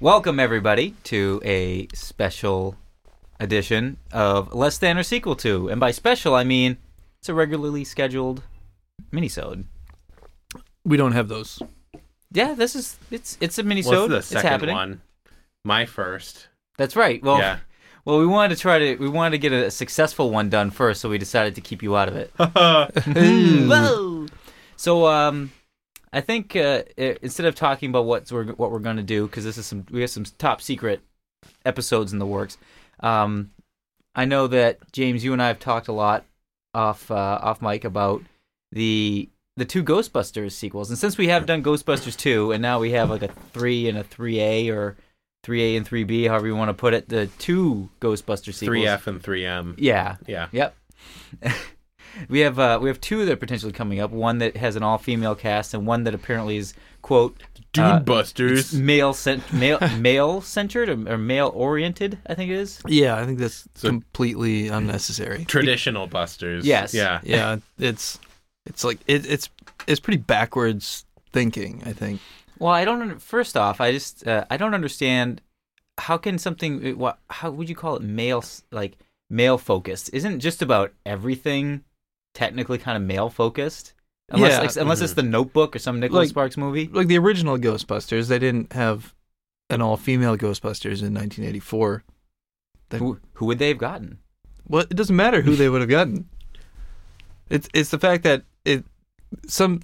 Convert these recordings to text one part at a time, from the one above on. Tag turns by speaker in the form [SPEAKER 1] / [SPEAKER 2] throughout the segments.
[SPEAKER 1] Welcome, everybody, to a special edition of Less Than or Sequel to. And by special, I mean it's a regularly scheduled minisode.
[SPEAKER 2] We don't have those.
[SPEAKER 1] Yeah, this is it's it's a minisode.
[SPEAKER 3] Well, this is the
[SPEAKER 1] it's
[SPEAKER 3] second
[SPEAKER 1] happening.
[SPEAKER 3] one. My first.
[SPEAKER 1] That's right. Well,
[SPEAKER 3] Yeah.
[SPEAKER 1] well, we wanted to try to we wanted to get a, successful one done first, so we decided to keep you out of it. Whoa. Mm. So, um, I think uh, i- instead of talking about what we're what we're gonna do, because this is some we have some top secret episodes in the works. Um, I know that James, you and I have talked a lot off uh, off mic about the the two Ghostbusters sequels, and since we have done Ghostbusters two, and now we have like a three and a three A or three A and three B, however you want to put it, the two Ghostbuster sequels.
[SPEAKER 3] 3F and 3M.
[SPEAKER 1] Yeah.
[SPEAKER 3] Yeah.
[SPEAKER 1] Yep. we have uh, we have two that are potentially coming up. One that has an all female cast, and one that apparently is quote
[SPEAKER 3] Dude
[SPEAKER 1] uh,
[SPEAKER 3] Busters.
[SPEAKER 1] male cent- male male centered or, or male oriented. I think it is.
[SPEAKER 2] Yeah, I think that's
[SPEAKER 3] So-
[SPEAKER 2] completely unnecessary.
[SPEAKER 3] Traditional Busters.
[SPEAKER 1] Yes.
[SPEAKER 3] Yeah.
[SPEAKER 2] Yeah, it's it's like it, it's it's pretty backwards thinking. I think
[SPEAKER 1] Well, I don't. under- First off, I just uh, I don't understand how can something it- what how would you call it male s- like male focused? Isn't just about everything technically kind of male focused? Unless
[SPEAKER 2] Yeah. Mm-hmm.
[SPEAKER 1] it's, unless it's the Notebook or some Nicholas
[SPEAKER 2] Like-
[SPEAKER 1] Sparks movie.
[SPEAKER 2] like the original Ghostbusters, they didn't have an all-female Ghostbusters in 1984. They-
[SPEAKER 1] Who who would they have gotten?
[SPEAKER 2] Well, it doesn't matter who they would have gotten. It's it's the fact that it some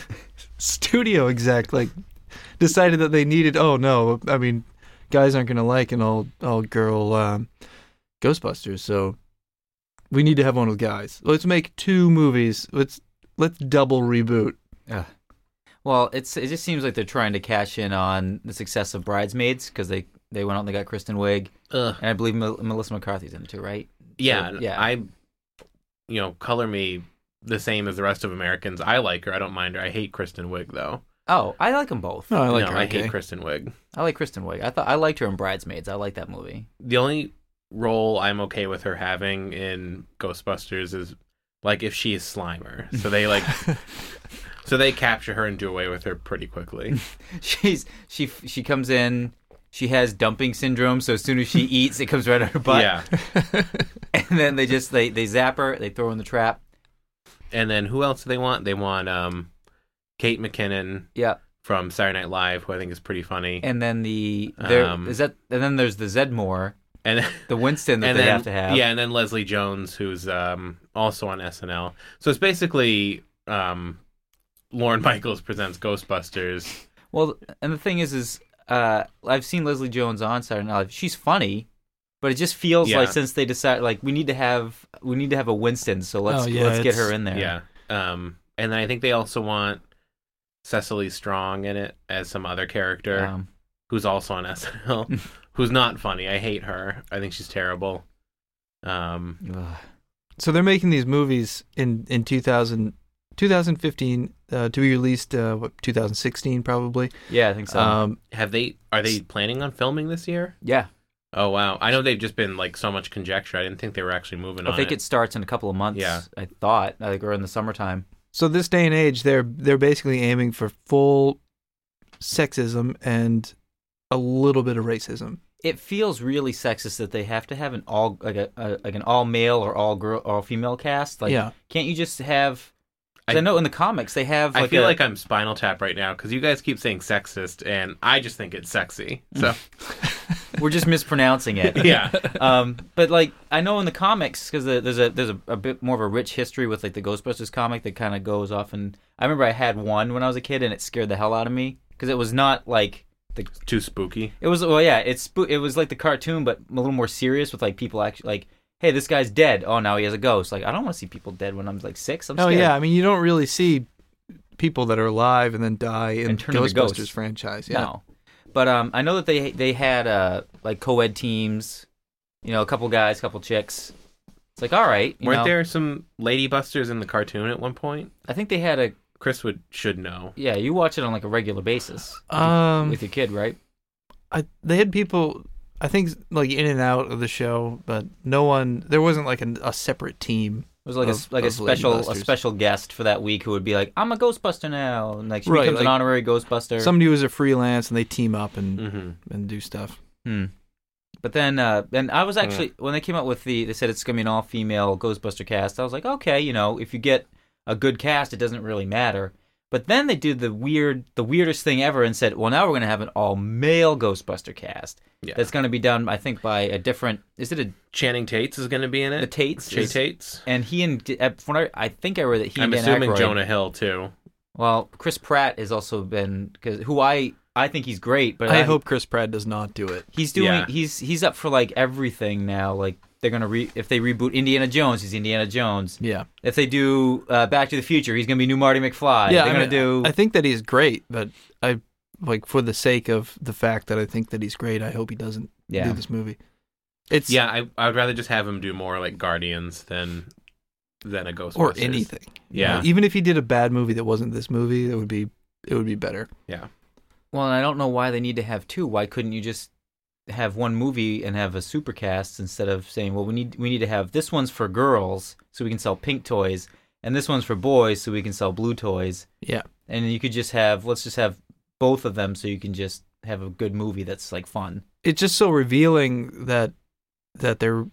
[SPEAKER 2] studio exec like decided that they needed. Oh no, I mean, guys aren't gonna like an all all girl um, Ghostbusters, so we need to have one with guys. Let's make two movies. Let's let's double reboot.
[SPEAKER 1] Well, it's it just seems like they're trying to cash in on the success of Bridesmaids because they they went out and they got Kristen Wiig
[SPEAKER 3] Ugh.
[SPEAKER 1] and I believe Mel- Melissa McCarthy's in it too, right?
[SPEAKER 3] Yeah.
[SPEAKER 1] So, yeah.
[SPEAKER 3] I, you know, color me the same as the rest of Americans. I like her. I don't mind her. I hate Kristen Wiig though.
[SPEAKER 1] Oh, I like them both.
[SPEAKER 2] No, I like
[SPEAKER 3] no,
[SPEAKER 2] her.
[SPEAKER 3] I
[SPEAKER 2] okay.
[SPEAKER 3] hate Kristen Wiig.
[SPEAKER 1] I like Kristen Wiig. I thought I liked her in Bridesmaids. I like that movie.
[SPEAKER 3] The only role I'm okay with her having in Ghostbusters is like if she is Slimer. So they like, so they capture her and do away with her pretty quickly.
[SPEAKER 1] She's she f- she comes in. She has dumping syndrome, so as soon as she eats, it comes right out her butt.
[SPEAKER 3] yeah.
[SPEAKER 1] And then they just they they zap her. They throw her in the trap.
[SPEAKER 3] And then who else do they want? They want um, Kate McKinnon.
[SPEAKER 1] Yeah.
[SPEAKER 3] from Saturday Night Live, who I think is pretty funny.
[SPEAKER 1] And then the there is
[SPEAKER 3] Um,
[SPEAKER 1] that. And then there's the Zedmore,
[SPEAKER 3] And
[SPEAKER 1] the Winston that
[SPEAKER 3] and
[SPEAKER 1] they
[SPEAKER 3] then
[SPEAKER 1] have to have.
[SPEAKER 3] yeah, and then Leslie Jones, who's um, also on SNL. So it's basically um, Lauren Michaels presents Ghostbusters.
[SPEAKER 1] Well, and the thing is, is uh, I've seen Leslie Jones on Saturday Night Live. She's funny, but it just feels
[SPEAKER 3] Yeah.
[SPEAKER 1] like since they decided, like we need to have we need to have a Winston, so let's
[SPEAKER 2] Oh, yeah,
[SPEAKER 1] let's get
[SPEAKER 2] it's-
[SPEAKER 1] her in there.
[SPEAKER 3] Yeah, um, and then I think they also want Cecily Strong in it as some other character
[SPEAKER 1] Um,
[SPEAKER 3] who's also on SNL, who's not funny. I hate her. I think she's terrible. Um,
[SPEAKER 1] ugh.
[SPEAKER 2] So they're making these movies in in 2000, 2015 uh, to be released uh, what 2016 probably.
[SPEAKER 1] yeah, I think so.
[SPEAKER 2] Um,
[SPEAKER 3] have they? Are they planning on filming this year?
[SPEAKER 1] yeah,
[SPEAKER 3] Oh wow! I know they've just been like so much conjecture. I didn't think they were actually moving on.
[SPEAKER 1] I think it. starts in a couple of months.
[SPEAKER 3] Yeah.
[SPEAKER 1] I thought I think we're in the summertime.
[SPEAKER 2] So this day and age, they're they're basically aiming for full sexism and a little bit of racism.
[SPEAKER 1] It feels really sexist that they have to have an all like a, a like an all male or all girl all female cast. Like,
[SPEAKER 2] yeah,
[SPEAKER 1] can't you just have? 'cause I,
[SPEAKER 3] I-
[SPEAKER 1] know in the comics they have. Like
[SPEAKER 3] I feel
[SPEAKER 1] a-
[SPEAKER 3] like I'm Spinal Tap right now because you guys keep saying sexist, and I just think it's sexy. So
[SPEAKER 1] we're just mispronouncing it.
[SPEAKER 3] yeah,
[SPEAKER 1] um, but like I know in the comics because the, there's a there's a, a bit more of a rich history with like the Ghostbusters comic that kind of goes off and I remember I had one when I was a kid and it scared the hell out of me because it was not like
[SPEAKER 3] too spooky.
[SPEAKER 1] it was well yeah it's spoo- it was like the cartoon but a little more serious with like people actually like hey this guy's dead oh now he has a ghost like I don't want to see people dead when I'm like six I'm
[SPEAKER 2] oh
[SPEAKER 1] scared
[SPEAKER 2] yeah. I mean, you don't really see people that are alive and then die in
[SPEAKER 1] And turn into ghosts.
[SPEAKER 2] Ghostbusters franchise. Yeah,
[SPEAKER 1] no but um I know that they they had uh like co-ed teams you know a couple guys a couple chicks it's like all right you
[SPEAKER 3] Weren't
[SPEAKER 1] know,
[SPEAKER 3] there some lady busters in the cartoon at one point?
[SPEAKER 1] I think they had a
[SPEAKER 3] Chris would should know.
[SPEAKER 1] Yeah, you watch it on like a regular basis
[SPEAKER 2] um,
[SPEAKER 1] with your kid, right?
[SPEAKER 2] I, they had people. I think like in and out of the show, but no one. There wasn't like an, a separate team
[SPEAKER 1] was like a
[SPEAKER 2] Of-
[SPEAKER 1] like a
[SPEAKER 2] of
[SPEAKER 1] special a
[SPEAKER 2] Ghostbusters.
[SPEAKER 1] special guest for that week who would be like, "I'm a Ghostbuster now," and like she
[SPEAKER 2] Right,
[SPEAKER 1] becomes an
[SPEAKER 2] like-
[SPEAKER 1] honorary Ghostbuster.
[SPEAKER 2] Somebody was a freelance and they team up and,
[SPEAKER 1] Mm. Mm-hmm.
[SPEAKER 3] hmm
[SPEAKER 2] and do stuff.
[SPEAKER 1] Hmm. But then, uh, and I was
[SPEAKER 3] Yeah.
[SPEAKER 1] actually when they came out with the, they said it's gonna be an all female Ghostbuster cast. I was like, okay, you know, if you get a good cast, it doesn't really matter. But then they did the weird, the weirdest thing ever, and said, well, now we're gonna have an all male Ghostbuster cast.
[SPEAKER 3] Yeah.
[SPEAKER 1] That's gonna be done, I think, by a different. Is it a
[SPEAKER 3] Channing Tates is going to be in it.
[SPEAKER 1] the Tates?
[SPEAKER 3] Jay
[SPEAKER 1] Is-
[SPEAKER 3] Tates.
[SPEAKER 1] And he and uh, from what I, I think I read that he
[SPEAKER 3] I'm
[SPEAKER 1] and Dan
[SPEAKER 3] assuming
[SPEAKER 1] Aykroyd-
[SPEAKER 3] Jonah Hill too.
[SPEAKER 1] Well, Chris Pratt has also been because who I I think he's great, but
[SPEAKER 2] I hope Chris Pratt does not do it.
[SPEAKER 1] He's doing.
[SPEAKER 3] Yeah.
[SPEAKER 1] He's he's up for like everything now. Like they're gonna re if they reboot Indiana Jones, he's Indiana Jones.
[SPEAKER 2] Yeah.
[SPEAKER 1] If they do uh, Back to the Future, he's gonna be new Marty McFly.
[SPEAKER 2] yeah,
[SPEAKER 1] they're
[SPEAKER 2] I
[SPEAKER 1] gonna
[SPEAKER 2] mean,
[SPEAKER 1] do.
[SPEAKER 2] I think that he's great, but I like for the sake of the fact that I think that he's great, I hope he doesn't
[SPEAKER 1] yeah,
[SPEAKER 2] do this movie. It's
[SPEAKER 3] Yeah, I I would rather just have him do more like Guardians than than a Ghostbusters
[SPEAKER 2] or anything. you
[SPEAKER 3] Yeah.
[SPEAKER 2] know? even if he did a bad movie that wasn't this movie, it would be it would be better.
[SPEAKER 1] well, and I don't know why they need to have two. Why couldn't you just have one movie and have a supercast instead of saying, well, we need we need to have this one's for girls so we can sell pink toys, and this one's for boys so we can sell blue toys,
[SPEAKER 2] Yeah,
[SPEAKER 1] and you could just have let's just have both of them so you can just have a good movie that's like fun.
[SPEAKER 2] it's just so revealing that that they're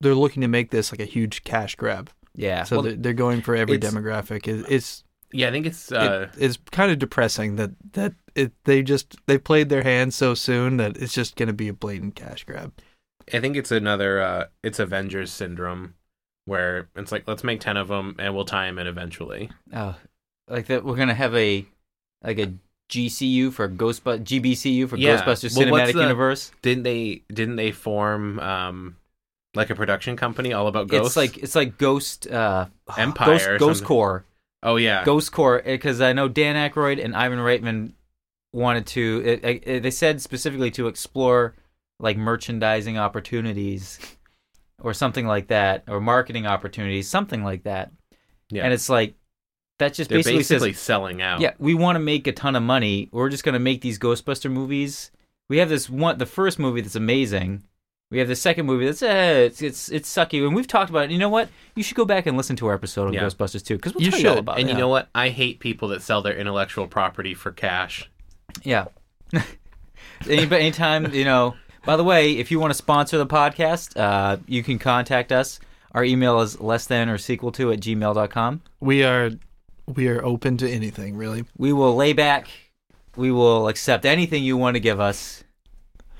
[SPEAKER 2] they're looking to make this like a huge cash grab.
[SPEAKER 1] Yeah.
[SPEAKER 2] So
[SPEAKER 1] Well,
[SPEAKER 2] they're, they're going for every
[SPEAKER 3] it's-
[SPEAKER 2] demographic. It, it's
[SPEAKER 3] Yeah, I think it's
[SPEAKER 2] it-
[SPEAKER 3] uh,
[SPEAKER 2] it's kind of depressing that that it they just they played their hand so soon that it's just going to be a blatant cash grab.
[SPEAKER 3] I think it's another uh, it's Avengers syndrome where it's like let's make ten of them and we'll tie them in eventually.
[SPEAKER 1] Oh, like that we're gonna have a like a GCU for Ghostbusters, GBCU for
[SPEAKER 3] Yeah.
[SPEAKER 1] Ghostbusters
[SPEAKER 3] Well, what's
[SPEAKER 1] Cinematic
[SPEAKER 3] the-
[SPEAKER 1] Universe.
[SPEAKER 3] Didn't they? Didn't they form um like a production company all about
[SPEAKER 1] It's
[SPEAKER 3] ghosts?
[SPEAKER 1] like it's like Ghost uh,
[SPEAKER 3] Empire
[SPEAKER 1] Ghost,
[SPEAKER 3] or
[SPEAKER 1] Ghost
[SPEAKER 3] something.
[SPEAKER 1] Core,
[SPEAKER 3] oh yeah,
[SPEAKER 1] Ghost Core, because I know Dan Aykroyd and Ivan Reitman wanted to. It, it, it- they said specifically to explore like merchandising opportunities or something like that, or marketing opportunities, something like that.
[SPEAKER 3] yeah.
[SPEAKER 1] And it's like that just
[SPEAKER 3] They're
[SPEAKER 1] basically,
[SPEAKER 3] basically,
[SPEAKER 1] says
[SPEAKER 3] selling out.
[SPEAKER 1] Yeah, we want to make a ton of money. We're just going to make these Ghostbuster movies. We have this one, the first movie that's amazing. We have the second movie that's eh, it's it's it's sucky, and we've talked about it. You know what? You should go back and listen to our episode on
[SPEAKER 3] Yeah.
[SPEAKER 1] Ghostbusters too, because we'll
[SPEAKER 2] You
[SPEAKER 1] tell you all
[SPEAKER 2] should,
[SPEAKER 1] about
[SPEAKER 3] And
[SPEAKER 1] it.
[SPEAKER 3] you know what? I hate people that sell their intellectual property for cash.
[SPEAKER 1] yeah. Any, anytime you know. By the way, if you want to sponsor the podcast, uh, you can contact us. Our email is less than or sequel to at gmail.com.
[SPEAKER 2] We are we are open to anything, really.
[SPEAKER 1] We will lay back. We will accept anything you want to give us,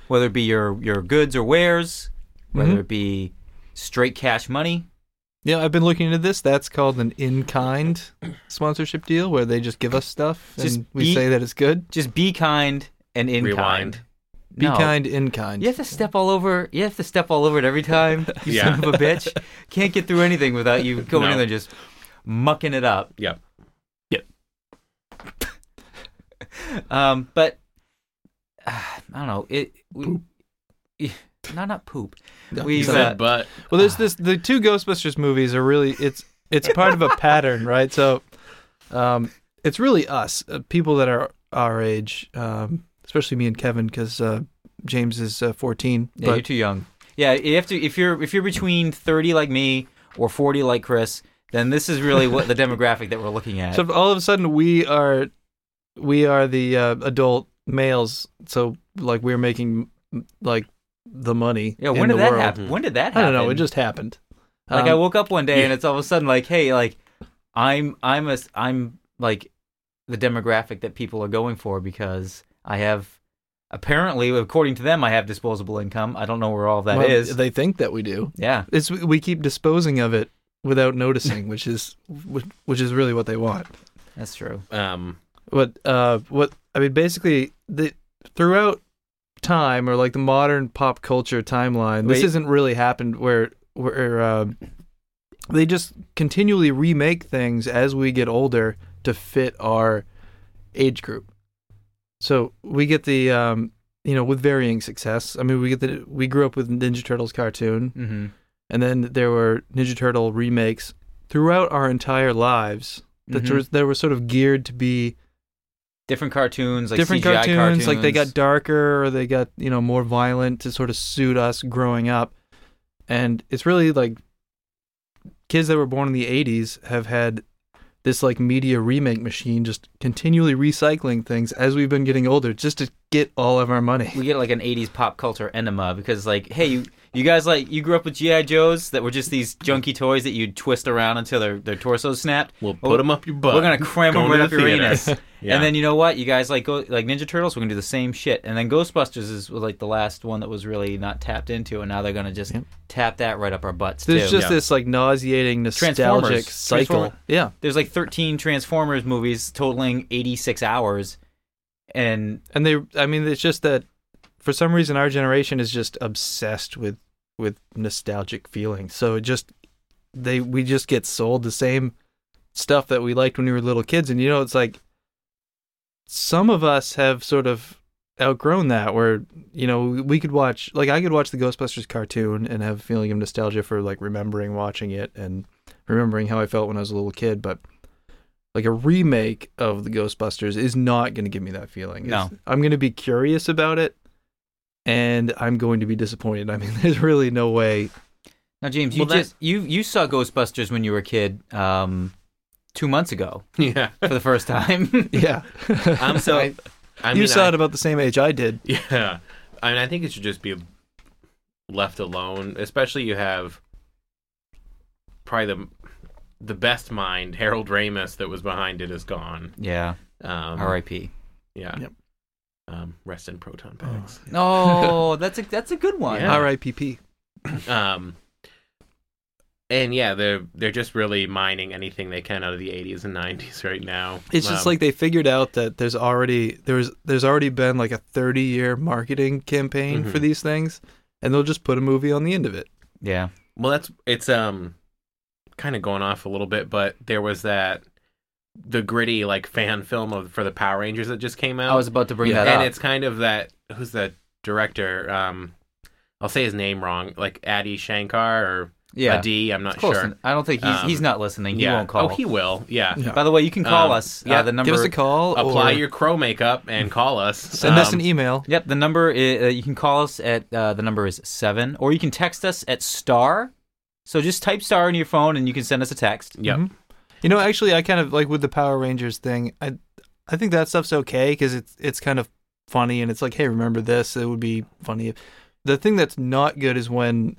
[SPEAKER 1] whether it be your, your goods or wares, whether
[SPEAKER 2] Mhm.
[SPEAKER 1] it be straight cash money.
[SPEAKER 2] Yeah, I've been looking into this. That's called an in-kind sponsorship deal where they just give us stuff
[SPEAKER 1] Just
[SPEAKER 2] and we
[SPEAKER 1] be-
[SPEAKER 2] say that it's good.
[SPEAKER 1] Just be kind and in
[SPEAKER 3] Rewind.
[SPEAKER 1] kind.
[SPEAKER 2] Be
[SPEAKER 1] No.
[SPEAKER 2] kind, in kind.
[SPEAKER 1] You have to step all over. You have to step all over it every time. You
[SPEAKER 3] Yeah.
[SPEAKER 1] son of a bitch. Can't get through anything without you going
[SPEAKER 3] No.
[SPEAKER 1] in there just mucking it up.
[SPEAKER 3] Yep.
[SPEAKER 1] Um, but uh, I don't know. It. We, no, not poop.
[SPEAKER 2] No,
[SPEAKER 1] We've,
[SPEAKER 2] so-
[SPEAKER 1] uh,
[SPEAKER 3] Said but
[SPEAKER 2] well, there's this. The two Ghostbusters movies are really it's it's part of a pattern, right? So, um, it's really us, uh, people that are our age, um, especially me and Kevin, because uh, James is uh, 14.
[SPEAKER 1] Yeah,
[SPEAKER 2] but
[SPEAKER 1] you're too young. Yeah, you have to if you're if you're between 30 like me or 40 like Chris, then this is really what the demographic that we're looking at.
[SPEAKER 2] So all of a sudden we are we are the uh, adult males. So like we're making like the money.
[SPEAKER 1] yeah,
[SPEAKER 2] in
[SPEAKER 1] when did
[SPEAKER 2] the
[SPEAKER 1] that
[SPEAKER 2] world. hmm.
[SPEAKER 1] happen? When did that
[SPEAKER 2] I
[SPEAKER 1] happen?
[SPEAKER 2] don't know. It just happened.
[SPEAKER 1] like
[SPEAKER 2] Um,
[SPEAKER 1] I woke up one day and it's all of a sudden like, hey, like I'm I'm a I'm like the demographic that people are going for because I have apparently according to them I have disposable income. I don't know where all that
[SPEAKER 2] well,
[SPEAKER 1] is.
[SPEAKER 2] They think that we do.
[SPEAKER 1] yeah.
[SPEAKER 2] It's we keep disposing of it without noticing, which is which is really what they want.
[SPEAKER 1] That's true.
[SPEAKER 3] um
[SPEAKER 2] But uh, what I mean, basically, the throughout time or like the modern pop culture timeline, this
[SPEAKER 1] Wait.
[SPEAKER 2] hasn't really happened where where uh, they just continually remake things as we get older to fit our age group. So we get the um, you know with varying success. I mean, we get the we grew up with Ninja Turtles cartoon,
[SPEAKER 1] Mm-hmm.
[SPEAKER 2] and then there were Ninja Turtle remakes throughout our entire lives. That were that were sort of geared to be
[SPEAKER 1] Mm-hmm. Different cartoons, like
[SPEAKER 2] different
[SPEAKER 1] CGI
[SPEAKER 2] cartoons, like they got
[SPEAKER 1] cartoons.
[SPEAKER 2] darker or they got you know more violent to sort of suit us growing up and it's really like kids that were born in the 80s have had this like media remake machine just continually recycling things as we've been getting older just to get all of our money.
[SPEAKER 1] we get like an 80s pop culture enema because like hey you, you guys like you grew up with gi joes that were just these junky toys that you'd twist around until their, their torso snapped
[SPEAKER 3] We'll put them up your butt.
[SPEAKER 1] Oh, we're gonna cram them
[SPEAKER 3] Going
[SPEAKER 1] right
[SPEAKER 3] to
[SPEAKER 1] up
[SPEAKER 3] the
[SPEAKER 1] your
[SPEAKER 3] theater.
[SPEAKER 1] anus
[SPEAKER 3] Yeah.
[SPEAKER 1] and then you know what you guys like go like ninja turtles we're gonna do the same shit and then ghostbusters is was, like the last one that was really not tapped into and now they're gonna just tap that right up our butts
[SPEAKER 2] There's
[SPEAKER 1] too
[SPEAKER 2] just
[SPEAKER 3] Yeah.
[SPEAKER 2] this like nauseating nostalgic
[SPEAKER 1] Transformers.
[SPEAKER 2] cycle.
[SPEAKER 1] Transform-
[SPEAKER 2] Yeah.
[SPEAKER 1] there's like 13 transformers movies totaling 86 hours and
[SPEAKER 2] and they i mean it's just that for some reason our generation is just obsessed with with nostalgic feelings so it just they we just get sold the same stuff that we liked when we were little kids and you know it's like some of us have sort of outgrown that where you know we could watch like i could watch the ghostbusters cartoon and have a feeling of nostalgia for like remembering watching it and remembering how i felt when i was a little kid but like a remake of the ghostbusters is not going to give me that feeling
[SPEAKER 1] No.
[SPEAKER 2] It's- i'm going to be curious about it and i'm going to be disappointed i mean there's really no way
[SPEAKER 1] now james you
[SPEAKER 3] Well, that-
[SPEAKER 1] just you you saw ghostbusters when you were a kid um two months ago
[SPEAKER 3] yeah.
[SPEAKER 1] for the first time
[SPEAKER 2] yeah
[SPEAKER 3] I'm
[SPEAKER 1] So-
[SPEAKER 3] I, I
[SPEAKER 2] you
[SPEAKER 3] mean,
[SPEAKER 2] saw
[SPEAKER 3] I-
[SPEAKER 2] it about the same age i did
[SPEAKER 3] Yeah. I mean, I think it should just be left alone, especially you have probably the the best mind, Harold Ramis, that was behind it is gone.
[SPEAKER 1] yeah
[SPEAKER 3] Um,
[SPEAKER 1] r.i.p
[SPEAKER 3] Yeah.
[SPEAKER 2] Yep.
[SPEAKER 3] Um, rest in proton packs.
[SPEAKER 1] oh that's a that's a good one
[SPEAKER 3] Yeah.
[SPEAKER 2] ripp
[SPEAKER 3] Um, and yeah, they're they're just really mining anything they can out of the 80s and 90s right now.
[SPEAKER 2] It's just
[SPEAKER 3] Um,
[SPEAKER 2] like they figured out that there's already there's there's already been like a 30 year marketing campaign for
[SPEAKER 3] Mhm.
[SPEAKER 2] these things, and they'll just put a movie on the end of it.
[SPEAKER 1] yeah
[SPEAKER 3] Well, that's it's um kind of going off a little bit, but there was that the gritty like fan film of for the Power Rangers that just came out.
[SPEAKER 1] i was about to bring that
[SPEAKER 3] and
[SPEAKER 1] up
[SPEAKER 3] it's kind of that who's the director? Um, I'll say his name wrong, like Adi Shankar or
[SPEAKER 1] yeah
[SPEAKER 3] Adi. I'm not
[SPEAKER 1] Close
[SPEAKER 3] sure.
[SPEAKER 1] en- I don't think he's
[SPEAKER 3] Um,
[SPEAKER 1] he's not listening. He
[SPEAKER 3] yeah.
[SPEAKER 1] won't call.
[SPEAKER 3] Oh, he will. Yeah.
[SPEAKER 2] Yeah.
[SPEAKER 1] By the way, you can call
[SPEAKER 3] Um,
[SPEAKER 1] us. Yeah,
[SPEAKER 3] yeah,
[SPEAKER 1] the number.
[SPEAKER 2] Give us a call.
[SPEAKER 3] Apply
[SPEAKER 2] or
[SPEAKER 3] your crow makeup and call us.
[SPEAKER 2] send us an
[SPEAKER 1] e-
[SPEAKER 3] Um,
[SPEAKER 2] email.
[SPEAKER 1] Yep, the number is, uh, you can call us at uh, the number is seven, or you can text us at star. So just type star in your phone, and you can send us a text.
[SPEAKER 3] Yep.
[SPEAKER 2] Mhm. You know, actually, I kind of like with the Power Rangers thing. I I think that stuff's okay because it's it's kind of funny and it's like, hey, remember this? It would be funny. If... The thing that's not good is when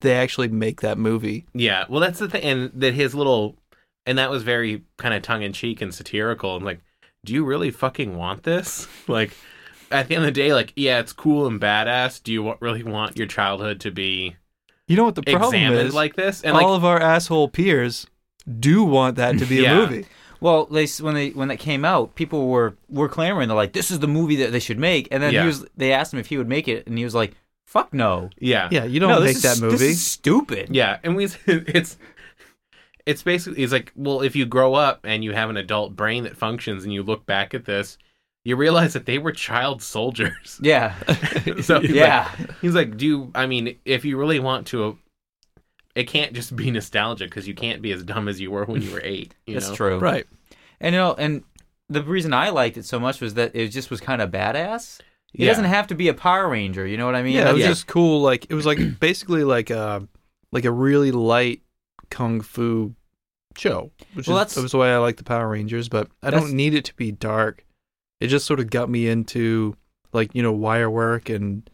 [SPEAKER 2] they actually make that movie.
[SPEAKER 3] Yeah, well, that's the thing, and that his little, and that was very kind of tongue in cheek and satirical. And like, do you really fucking want this? Like, at the end of the day, like, yeah, it's cool and badass. Do you wa- really want your childhood to be
[SPEAKER 2] You know what the problem
[SPEAKER 3] examined
[SPEAKER 2] is?
[SPEAKER 3] like this? And
[SPEAKER 2] all
[SPEAKER 3] like,
[SPEAKER 2] of our asshole peers do want that to be
[SPEAKER 3] Yeah.
[SPEAKER 2] a movie.
[SPEAKER 1] Well, they s- when they when that came out, people were were clamoring. They're like, "This is the movie that they should make." And then
[SPEAKER 3] Yeah.
[SPEAKER 1] he was. They asked him if he would make it, and he was like, "Fuck no,
[SPEAKER 3] yeah,
[SPEAKER 2] Yeah, you don't
[SPEAKER 1] no,
[SPEAKER 2] make
[SPEAKER 1] this
[SPEAKER 2] that
[SPEAKER 1] is-
[SPEAKER 2] movie.
[SPEAKER 1] This is stupid."
[SPEAKER 3] yeah, and we, it's, it's basically, it's like, well, if you grow up and you have an adult brain that functions, and you look back at this, you realize that they were child soldiers.
[SPEAKER 1] yeah,
[SPEAKER 3] so he's like,
[SPEAKER 1] yeah.
[SPEAKER 3] He's like, do you- I mean if you really want to? It can't just be nostalgic because you can't be as dumb as you were when you were eight. You
[SPEAKER 1] That's
[SPEAKER 3] know?
[SPEAKER 1] true.
[SPEAKER 2] right.
[SPEAKER 1] And you know, and the reason I liked it so much was that it just was kind of badass. It
[SPEAKER 3] Yeah.
[SPEAKER 1] doesn't have to be a Power Ranger, you know what I mean?
[SPEAKER 2] Yeah, it was
[SPEAKER 3] yeah.
[SPEAKER 2] just cool. Like it was like basically like a like a really light kung fu show, which
[SPEAKER 1] Well,
[SPEAKER 2] is
[SPEAKER 1] that's-
[SPEAKER 2] that was why I like the Power Rangers. But I
[SPEAKER 1] That's-
[SPEAKER 2] don't need it to be dark. It just sort of got me into like you know wire work and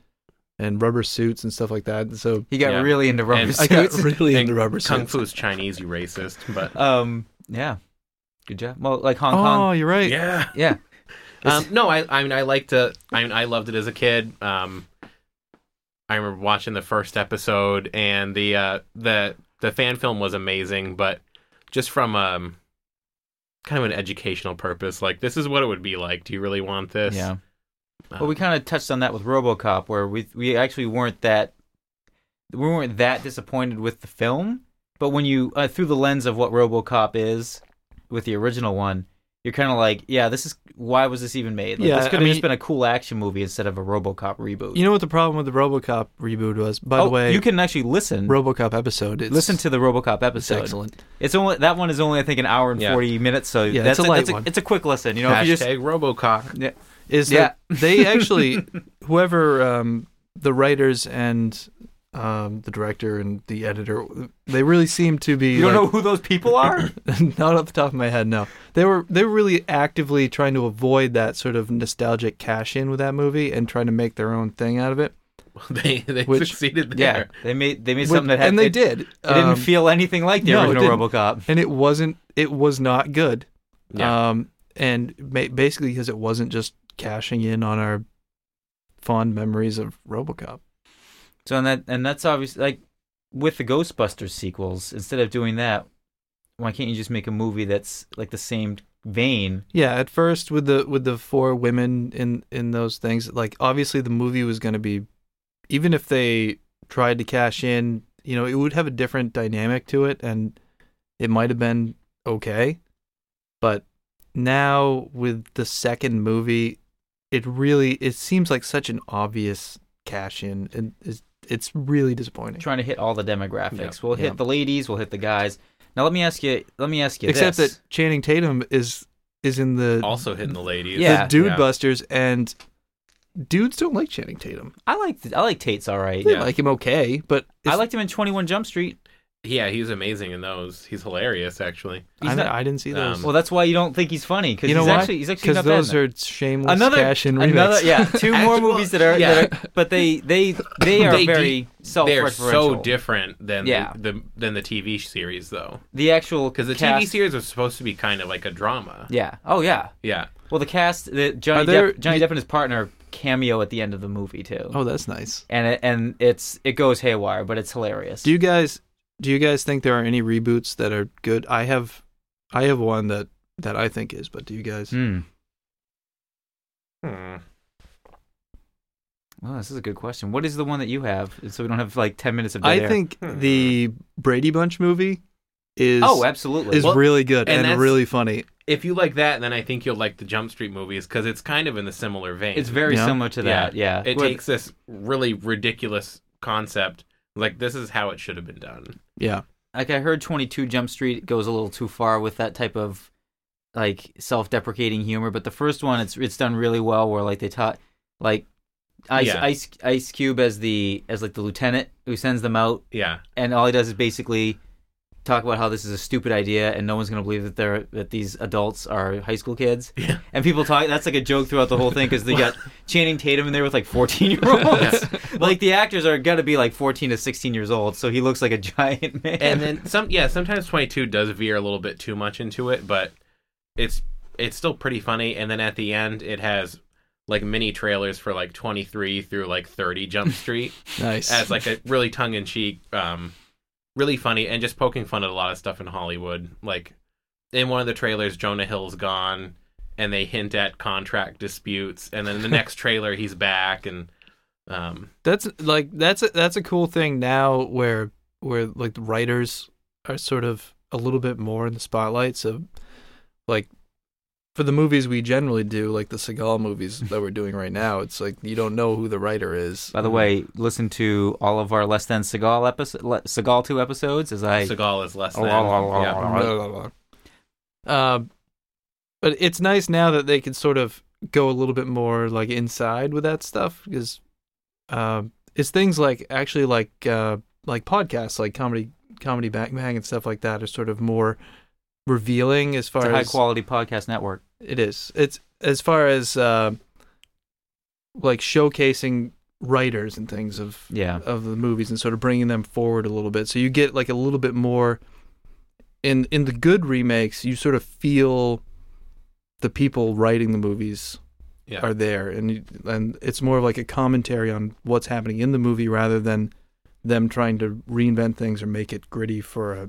[SPEAKER 2] and rubber suits and stuff like that. And so
[SPEAKER 1] He got
[SPEAKER 3] Yeah.
[SPEAKER 1] really into rubber
[SPEAKER 3] And-
[SPEAKER 2] I got
[SPEAKER 1] suits.
[SPEAKER 2] really
[SPEAKER 3] And
[SPEAKER 2] into rubber
[SPEAKER 3] Kung
[SPEAKER 2] suits.
[SPEAKER 3] Fu is Chinese, you racist. But
[SPEAKER 1] um, yeah, good job. Well, like Hong
[SPEAKER 2] Oh,
[SPEAKER 1] Kong,
[SPEAKER 2] you're right.
[SPEAKER 3] yeah,
[SPEAKER 1] yeah,
[SPEAKER 3] um, no, I, I mean, I liked to. I mean, I loved it as a kid. Um, I remember watching the first episode, and the uh, the the fan film was amazing. But just from um, kind of an educational purpose, like this is what it would be like. Do you really want
[SPEAKER 2] Oh,
[SPEAKER 3] this?
[SPEAKER 1] yeah.
[SPEAKER 3] Um,
[SPEAKER 1] Well, we kind of touched on that with RoboCop, where we we actually weren't that we weren't that disappointed with the film, but when you uh, through the lens of what RoboCop is with the original one, you're kind of like, yeah, this is why was this even made? Like,
[SPEAKER 2] Yeah,
[SPEAKER 1] this could
[SPEAKER 2] I
[SPEAKER 1] have
[SPEAKER 2] mean-
[SPEAKER 1] just been a cool action movie instead of a RoboCop reboot.
[SPEAKER 2] You know what the problem with the RoboCop reboot was? By
[SPEAKER 1] oh,
[SPEAKER 2] the way,
[SPEAKER 1] you can actually listen.
[SPEAKER 2] RoboCop episode. It's,
[SPEAKER 1] Mm. Listen to the RoboCop
[SPEAKER 2] it's
[SPEAKER 1] episode.
[SPEAKER 2] excellent.
[SPEAKER 1] It's only that one is only I think an hour and
[SPEAKER 3] Yeah.
[SPEAKER 1] forty minutes, so
[SPEAKER 2] Yeah,
[SPEAKER 1] that's
[SPEAKER 2] it's a
[SPEAKER 1] that's
[SPEAKER 2] light one.
[SPEAKER 1] It's a quick listen, you know.
[SPEAKER 3] hashtag
[SPEAKER 1] If you just,
[SPEAKER 3] Robocock.
[SPEAKER 2] is that they actually whoever um, the writers and um, the director and the editor, they really seemed to be.
[SPEAKER 1] You don't
[SPEAKER 2] like-
[SPEAKER 1] know who those people are?
[SPEAKER 2] not off the top of my head, no. They were they were really actively trying to avoid that sort of nostalgic cash in with that movie and trying to make their own thing out of it.
[SPEAKER 3] they they
[SPEAKER 2] Which-
[SPEAKER 3] succeeded
[SPEAKER 1] yeah,
[SPEAKER 3] there.
[SPEAKER 1] they made they made
[SPEAKER 2] With-
[SPEAKER 1] something that had,
[SPEAKER 2] and they
[SPEAKER 1] it,
[SPEAKER 2] did.
[SPEAKER 1] It didn't
[SPEAKER 2] Um,
[SPEAKER 1] feel anything like the
[SPEAKER 2] no, it
[SPEAKER 1] original
[SPEAKER 2] didn't.
[SPEAKER 1] RoboCop.
[SPEAKER 2] and it wasn't. It was not good.
[SPEAKER 3] Yeah.
[SPEAKER 2] Um, and ma- basically because it wasn't just cashing in on our fond memories of RoboCop.
[SPEAKER 1] So and that and that's obviously like with the Ghostbusters sequels. Instead of doing that, why can't you just make a movie that's like the same vein?
[SPEAKER 2] Yeah, at first with the with the four women in in those things, like obviously the movie was going to be even if they tried to cash in, you know, it would have a different dynamic to it and it might have been okay. But now with the second movie, it really it seems like such an obvious cash in and it's, it's really disappointing.
[SPEAKER 1] Trying to hit all the demographics.
[SPEAKER 3] Yeah.
[SPEAKER 1] We'll hit
[SPEAKER 2] Yeah.
[SPEAKER 1] the ladies. We'll hit the guys. Now let me ask you. Let me ask you.
[SPEAKER 2] Except
[SPEAKER 1] this. Oh,
[SPEAKER 2] that Channing Tatum is is in the
[SPEAKER 3] also hitting the ladies.
[SPEAKER 1] Yeah.
[SPEAKER 2] the Dude Busters and dudes don't like Channing Tatum.
[SPEAKER 1] I like I like Tate's all right.
[SPEAKER 2] They
[SPEAKER 3] Yeah.
[SPEAKER 2] like him okay, but
[SPEAKER 1] I liked him in Twenty One Jump Street.
[SPEAKER 3] Yeah, he's amazing in those. He's hilarious, actually.
[SPEAKER 1] He's
[SPEAKER 2] I,
[SPEAKER 1] not-
[SPEAKER 2] I didn't see those.
[SPEAKER 3] Um,
[SPEAKER 1] Well, that's why you don't think he's funny because
[SPEAKER 2] You know
[SPEAKER 1] he's
[SPEAKER 2] why?
[SPEAKER 1] actually he's actually
[SPEAKER 2] Because
[SPEAKER 1] not bad in
[SPEAKER 2] those
[SPEAKER 1] that.
[SPEAKER 2] are shameless
[SPEAKER 1] another
[SPEAKER 2] cash and
[SPEAKER 1] another
[SPEAKER 2] remakes.
[SPEAKER 1] yeah two more
[SPEAKER 3] Actually,
[SPEAKER 1] movies that are,
[SPEAKER 3] yeah.
[SPEAKER 1] that are but they they they are
[SPEAKER 3] They de-
[SPEAKER 1] very self
[SPEAKER 3] They're so
[SPEAKER 1] referential.
[SPEAKER 3] different than
[SPEAKER 1] Yeah.
[SPEAKER 3] the, the than the TV series though,
[SPEAKER 1] the actual
[SPEAKER 3] because the
[SPEAKER 1] cast,
[SPEAKER 3] TV series was supposed to be kind of like a drama.
[SPEAKER 1] yeah oh yeah
[SPEAKER 3] Yeah,
[SPEAKER 1] well the cast the Johnny
[SPEAKER 2] Are there-
[SPEAKER 1] Depp, Johnny Depp and his partner cameo at the end of the movie too
[SPEAKER 2] Oh, that's nice.
[SPEAKER 1] and it, and it's it goes haywire but it's hilarious
[SPEAKER 2] Do you guys do you guys think there are any reboots that are good? I have I have one that that I think is, but do you guys?
[SPEAKER 1] Hmm.
[SPEAKER 3] Hmm.
[SPEAKER 1] Well, this is a good question. What is the one that you have? So we don't have like ten minutes of. Dead
[SPEAKER 2] I
[SPEAKER 1] air.
[SPEAKER 2] think the Brady Bunch movie is
[SPEAKER 1] Oh, absolutely.
[SPEAKER 2] is
[SPEAKER 3] Well,
[SPEAKER 2] really good
[SPEAKER 3] and
[SPEAKER 2] and,
[SPEAKER 3] that's-
[SPEAKER 2] really funny.
[SPEAKER 3] if you like that, then I think you'll like the Jump Street movies because it's kind of in the similar vein.
[SPEAKER 1] it's very
[SPEAKER 2] Yeah.
[SPEAKER 1] similar to that. Yeah.
[SPEAKER 3] it
[SPEAKER 1] Where-
[SPEAKER 3] takes this really ridiculous concept, like this is how it should have been done.
[SPEAKER 2] Yeah.
[SPEAKER 1] like I heard 22 Jump Street goes a little too far with that type of like self-deprecating humor, but the first one it's it's done really well where like they taught like Ice
[SPEAKER 3] Yeah.
[SPEAKER 1] Ice Ice Cube as the as like the lieutenant who sends them out
[SPEAKER 3] Yeah,
[SPEAKER 1] and all he does is basically talk about how this is a stupid idea and no one's going to believe that they're that these adults are high school kids.
[SPEAKER 3] Yeah.
[SPEAKER 1] And people talk that's like a joke throughout the whole thing cuz they got Channing Tatum in there with like 14-year-olds. like the actors are going to be like 14 to 16 years old, so he looks like a giant man.
[SPEAKER 3] and then some. Yeah, sometimes Twenty Two does veer a little bit too much into it, but it's it's still pretty funny. And then at the end, it has like mini trailers for like Twenty Three through like Thirty Jump Street
[SPEAKER 2] Nice.
[SPEAKER 3] as like a really tongue in cheek, um, really funny, and just poking fun at a lot of stuff in Hollywood. Like in one of the trailers, Jonah Hill's gone, and they hint at contract disputes, and then the next trailer, he's back, and um,
[SPEAKER 2] That's like that's a, that's a cool thing now where where like the writers are sort of a little bit more in the spotlight. So like for the movies we generally do, like the Seagal movies that we're doing right now, it's like you don't know who the writer is.
[SPEAKER 1] By the way, listen to all of our less than Seagal episode, Le- Seagal two episodes. As I
[SPEAKER 3] Seagal is less
[SPEAKER 1] Oh,
[SPEAKER 3] than.
[SPEAKER 1] la, la, la,
[SPEAKER 3] yeah.
[SPEAKER 1] la.
[SPEAKER 2] Blah, blah, blah, blah. Um, but it's nice now that they can sort of go a little bit more like inside with that stuff because um, it's things like actually like uh, like podcasts like comedy comedy bang bang and stuff like that are sort of more revealing as
[SPEAKER 1] it's
[SPEAKER 2] far
[SPEAKER 1] a high
[SPEAKER 2] as
[SPEAKER 1] quality podcast network.
[SPEAKER 2] it is it's as far as uh, like showcasing writers and things of
[SPEAKER 1] Yeah,
[SPEAKER 2] of the movies and sort of bringing them forward a little bit. So you get like a little bit more in in the good remakes, you sort of feel the people writing the movies
[SPEAKER 3] Yeah.
[SPEAKER 2] are there and you, and it's more of like a commentary on what's happening in the movie rather than them trying to reinvent things or make it gritty for a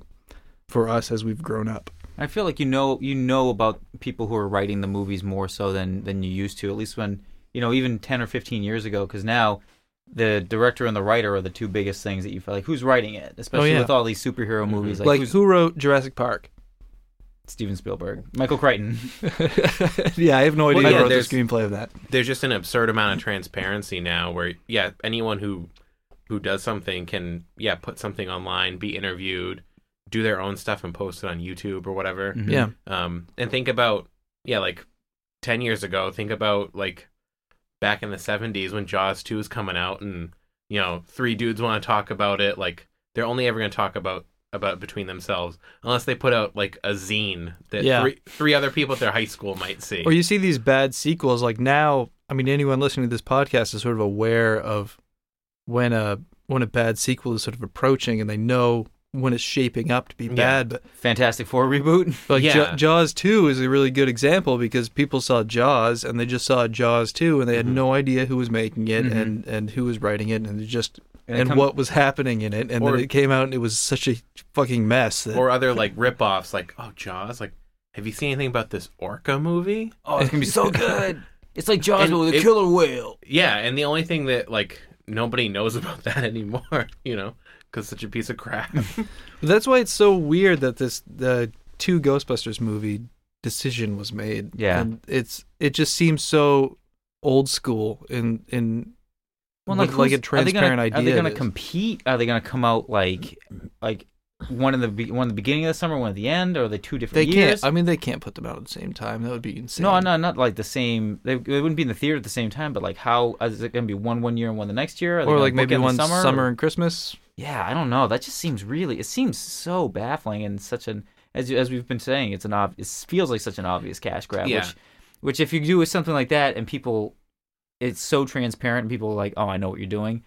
[SPEAKER 2] for us as we've grown up.
[SPEAKER 1] I feel like you know you know about people who are writing the movies more so than than you used to. At least when you know even ten or fifteen years ago, because now the director and the writer are the two biggest things that you feel like who's writing it, especially
[SPEAKER 2] Oh, yeah. Mm-hmm.
[SPEAKER 1] with all these superhero movies like,
[SPEAKER 2] Like,
[SPEAKER 1] who's
[SPEAKER 2] who wrote Jurassic Park?
[SPEAKER 1] Steven Spielberg, Michael Crichton.
[SPEAKER 2] yeah, I have no idea
[SPEAKER 3] Well,
[SPEAKER 2] who
[SPEAKER 3] yeah,
[SPEAKER 2] wrote the
[SPEAKER 3] there's-
[SPEAKER 2] screenplay of that.
[SPEAKER 3] There's just an absurd amount of transparency now, where yeah, anyone who who does something can yeah put something online, be interviewed, do their own stuff, and post it on YouTube or whatever.
[SPEAKER 1] Mhm.
[SPEAKER 2] Mm-hmm. Yeah.
[SPEAKER 3] um and think about yeah like 10 years ago think about like back in the 70s when jaws 2 was coming out and you know three dudes want to talk about it like they're only ever going to talk about about between themselves unless they put out like a zine that
[SPEAKER 2] Yeah.
[SPEAKER 3] three, three other people at their high school might see
[SPEAKER 2] Or you see these bad sequels. Like now, I mean, anyone listening to this podcast is sort of aware of when a when a bad sequel is sort of approaching, and they know when it's shaping up to be
[SPEAKER 3] Yeah.
[SPEAKER 2] bad. But
[SPEAKER 1] Fantastic Four reboot.
[SPEAKER 2] like
[SPEAKER 3] Yeah.
[SPEAKER 2] Ja- Jaws two is a really good example because people saw Jaws and they just saw Jaws two, and they
[SPEAKER 3] Mm-hmm.
[SPEAKER 2] had no idea who was making it
[SPEAKER 1] Mhm.
[SPEAKER 2] and and who was writing it, and it just
[SPEAKER 1] And it
[SPEAKER 2] and,
[SPEAKER 1] come-
[SPEAKER 2] what was happening in it, and
[SPEAKER 3] Or-
[SPEAKER 2] then it came out and it was such a fucking mess. That,
[SPEAKER 3] or other like rip-offs like oh jaws like have you seen anything about this orca movie
[SPEAKER 1] Oh, it's gonna be so good. It's like Jaws
[SPEAKER 3] And
[SPEAKER 1] but with a
[SPEAKER 3] it-
[SPEAKER 1] killer whale.
[SPEAKER 3] yeah and the only thing that like nobody knows about that anymore you know because such a piece of crap
[SPEAKER 2] That's why it's so weird that this the two Ghostbusters movie decision was made.
[SPEAKER 1] Yeah.
[SPEAKER 2] and it's it just seems so old school in in like, like
[SPEAKER 1] who's-
[SPEAKER 2] a
[SPEAKER 1] are they gonna-
[SPEAKER 2] transparent idea.
[SPEAKER 1] Are they
[SPEAKER 2] it
[SPEAKER 1] going to
[SPEAKER 2] is.
[SPEAKER 1] compete? Are they going to come out like like one in the be- one in the beginning of the summer, one at the end, or are they two
[SPEAKER 2] They
[SPEAKER 1] different years?
[SPEAKER 2] can't. I mean, they can't put them out at the same time. That would be insane.
[SPEAKER 1] no, no, not like the same. They, they wouldn't be in the theater at the same time. But like, how is it going to be one one year and one the next year? Are they
[SPEAKER 2] Or
[SPEAKER 1] gonna
[SPEAKER 2] like maybe
[SPEAKER 1] bookend the
[SPEAKER 2] one
[SPEAKER 1] summer.
[SPEAKER 2] summer, and Christmas.
[SPEAKER 1] Yeah, I don't know. That just seems really. It seems so baffling and such an as you- as we've been saying. It's an ob. It feels like such an obvious cash grab.
[SPEAKER 3] Yeah.
[SPEAKER 1] Which, which if you do with something like that and people, it's so transparent and people are like, oh, I know what you're doing.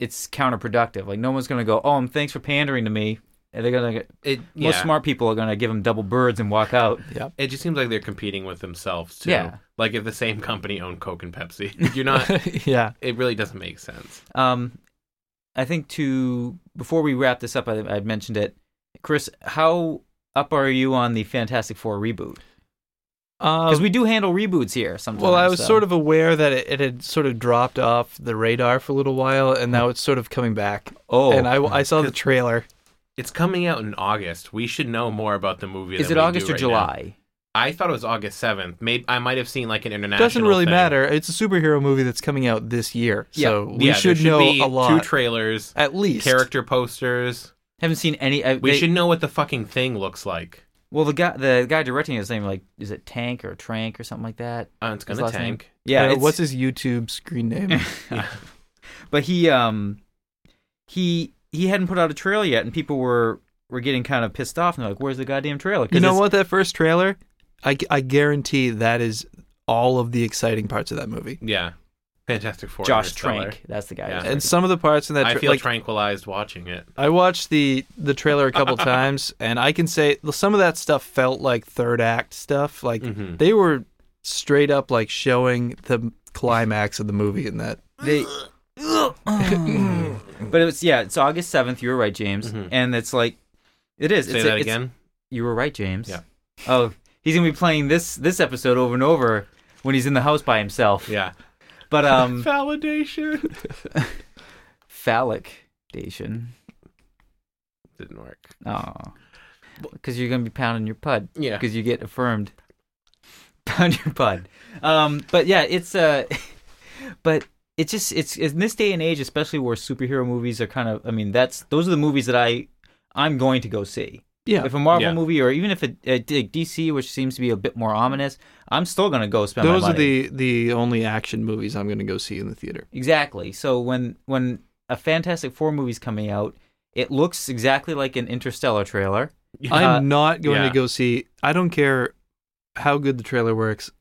[SPEAKER 1] It's counterproductive. Like no one's gonna go, oh, um, thanks for pandering to me. And they're gonna. Get,
[SPEAKER 3] it yeah.
[SPEAKER 1] Most smart people are gonna give them double birds and walk out.
[SPEAKER 3] it just seems like they're competing with themselves too
[SPEAKER 1] Yeah.
[SPEAKER 3] like if the same company owned coke and pepsi you're not
[SPEAKER 2] yeah.
[SPEAKER 3] it really doesn't make sense
[SPEAKER 1] Um, I think to before we wrap this up, I, I mentioned it, Chris. How up are you on the Fantastic Four reboot? Because
[SPEAKER 2] Um,
[SPEAKER 1] Uh,
[SPEAKER 3] Oh.
[SPEAKER 1] we do handle reboots here sometimes.
[SPEAKER 2] well, I was sort of aware that it, it had sort of dropped off the radar for a little while, and now it's sort of coming back.
[SPEAKER 1] Oh,
[SPEAKER 2] And I, I saw the trailer.
[SPEAKER 3] it's coming out in august we should know more about the movie
[SPEAKER 1] is
[SPEAKER 3] than
[SPEAKER 1] it
[SPEAKER 3] we do
[SPEAKER 1] August or
[SPEAKER 3] right now.
[SPEAKER 1] July?
[SPEAKER 3] i thought it was august 7th maybe i might have seen like an international
[SPEAKER 2] Doesn't really
[SPEAKER 3] thing.
[SPEAKER 2] matter. It's a superhero movie that's coming out this year, so we
[SPEAKER 3] yeah, there
[SPEAKER 2] should, know
[SPEAKER 3] be
[SPEAKER 2] a
[SPEAKER 3] two
[SPEAKER 2] lot.
[SPEAKER 3] trailers
[SPEAKER 2] at least
[SPEAKER 3] character posters
[SPEAKER 1] Haven't seen any. I,
[SPEAKER 3] we
[SPEAKER 1] they-
[SPEAKER 3] should know what the fucking thing looks like
[SPEAKER 1] Well, the guy, the guy directing his name, like, is it Tank or Trank or something like that?
[SPEAKER 3] uh,
[SPEAKER 1] His
[SPEAKER 3] it's gonna
[SPEAKER 1] Oh, last name?
[SPEAKER 3] tank
[SPEAKER 1] Yeah.
[SPEAKER 2] Uh,
[SPEAKER 1] it's-
[SPEAKER 2] what's his YouTube screen name?
[SPEAKER 1] but he, um, he he hadn't put out a trail yet, and people were were getting kind of pissed off, and they're like, "Where's the goddamn trailer?" 'Cause
[SPEAKER 2] you know
[SPEAKER 1] it's-
[SPEAKER 2] what? That first trailer, I, I guarantee that is all of the exciting parts of that movie.
[SPEAKER 3] yeah fantastic four
[SPEAKER 1] Josh
[SPEAKER 3] Interstellar.
[SPEAKER 1] Trank, that's the guy.
[SPEAKER 3] Yeah.
[SPEAKER 1] who's
[SPEAKER 2] And some of the parts in that,
[SPEAKER 3] i
[SPEAKER 2] tra-
[SPEAKER 3] feel
[SPEAKER 2] like
[SPEAKER 3] tranquilized watching it
[SPEAKER 2] I watched the the trailer a couple times, and I can say some of that stuff felt like third act stuff. Like
[SPEAKER 3] Mhm.
[SPEAKER 2] they were straight up like showing the climax of the movie in that.
[SPEAKER 1] They, but it's yeah, it's August seventh. You were right, James,
[SPEAKER 3] Mhm.
[SPEAKER 1] and it's like it is.
[SPEAKER 3] say
[SPEAKER 1] it's,
[SPEAKER 3] that
[SPEAKER 1] it's-
[SPEAKER 3] again
[SPEAKER 1] You were right, James.
[SPEAKER 3] Yeah.
[SPEAKER 1] Oh, he's gonna be playing this this episode over and over when he's in the house by himself.
[SPEAKER 3] yeah
[SPEAKER 1] But um,
[SPEAKER 3] validation
[SPEAKER 1] phallic dation.
[SPEAKER 3] didn't work
[SPEAKER 1] Oh, because you're gonna be pounding your pud
[SPEAKER 3] yeah
[SPEAKER 1] because you get affirmed. Pound your pud. Um, but yeah, it's uh, but it's just it's in this day and age, especially where superhero movies are kind of. I mean, that's those are the movies that I I'm going to go see.
[SPEAKER 2] Yeah,
[SPEAKER 1] if a Marvel
[SPEAKER 3] Yeah.
[SPEAKER 1] movie or even if it, it did DC, which seems to be a bit more ominous, I'm still gonna go spend.
[SPEAKER 2] those
[SPEAKER 1] my
[SPEAKER 2] are
[SPEAKER 1] money.
[SPEAKER 2] the the only action movies I'm going to go see in the theater.
[SPEAKER 1] exactly. So when when a Fantastic Four movie's coming out, it looks exactly like an Interstellar trailer. Uh,
[SPEAKER 2] I'm not going
[SPEAKER 3] yeah.
[SPEAKER 2] to go see. I don't care how good the trailer works.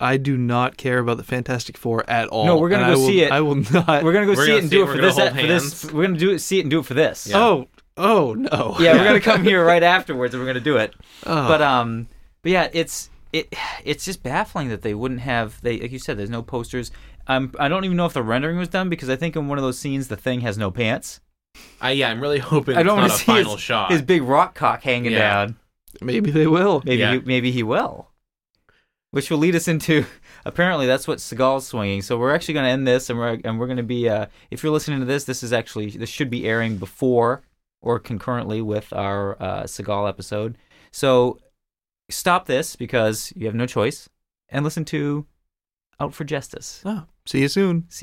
[SPEAKER 2] I do not care about the Fantastic Four at all.
[SPEAKER 1] No, we're gonna
[SPEAKER 2] and
[SPEAKER 1] go
[SPEAKER 2] I will-
[SPEAKER 1] see it.
[SPEAKER 2] I will not.
[SPEAKER 1] We're gonna go
[SPEAKER 3] We're
[SPEAKER 1] see
[SPEAKER 3] gonna
[SPEAKER 1] it and
[SPEAKER 3] see
[SPEAKER 1] do
[SPEAKER 3] it,
[SPEAKER 1] it for
[SPEAKER 3] we're
[SPEAKER 1] this. e,
[SPEAKER 3] gonna
[SPEAKER 1] For
[SPEAKER 3] hold
[SPEAKER 1] this,
[SPEAKER 3] hands.
[SPEAKER 1] we're gonna do it, see it and do it for this.
[SPEAKER 3] Yeah.
[SPEAKER 2] Oh, oh no.
[SPEAKER 1] yeah, we're gonna come here right afterwards and we're gonna do it.
[SPEAKER 2] Oh.
[SPEAKER 1] But um, but yeah, it's it it's just baffling that they wouldn't have they like you said. There's no posters. Um, I don't even know if the rendering was done because I think in one of those scenes the thing has no pants.
[SPEAKER 3] I, yeah, I'm really hoping
[SPEAKER 1] I don't
[SPEAKER 3] it's
[SPEAKER 1] want
[SPEAKER 3] not
[SPEAKER 1] to
[SPEAKER 3] a
[SPEAKER 1] see
[SPEAKER 3] final
[SPEAKER 1] his,
[SPEAKER 3] shot.
[SPEAKER 1] his big rock cock hanging
[SPEAKER 3] Yeah.
[SPEAKER 1] down.
[SPEAKER 2] maybe they will.
[SPEAKER 1] Oh, Maybe
[SPEAKER 3] Yeah.
[SPEAKER 1] he, maybe he will. Which will lead us into apparently that's what Seagal's swinging. So we're actually going to end this, and we're and we're going to be uh, if you're listening to this, this is actually this should be airing before or concurrently with our uh, Seagal episode. So stop this because you have no choice, and listen to Out for Justice.
[SPEAKER 2] Oh, see you soon.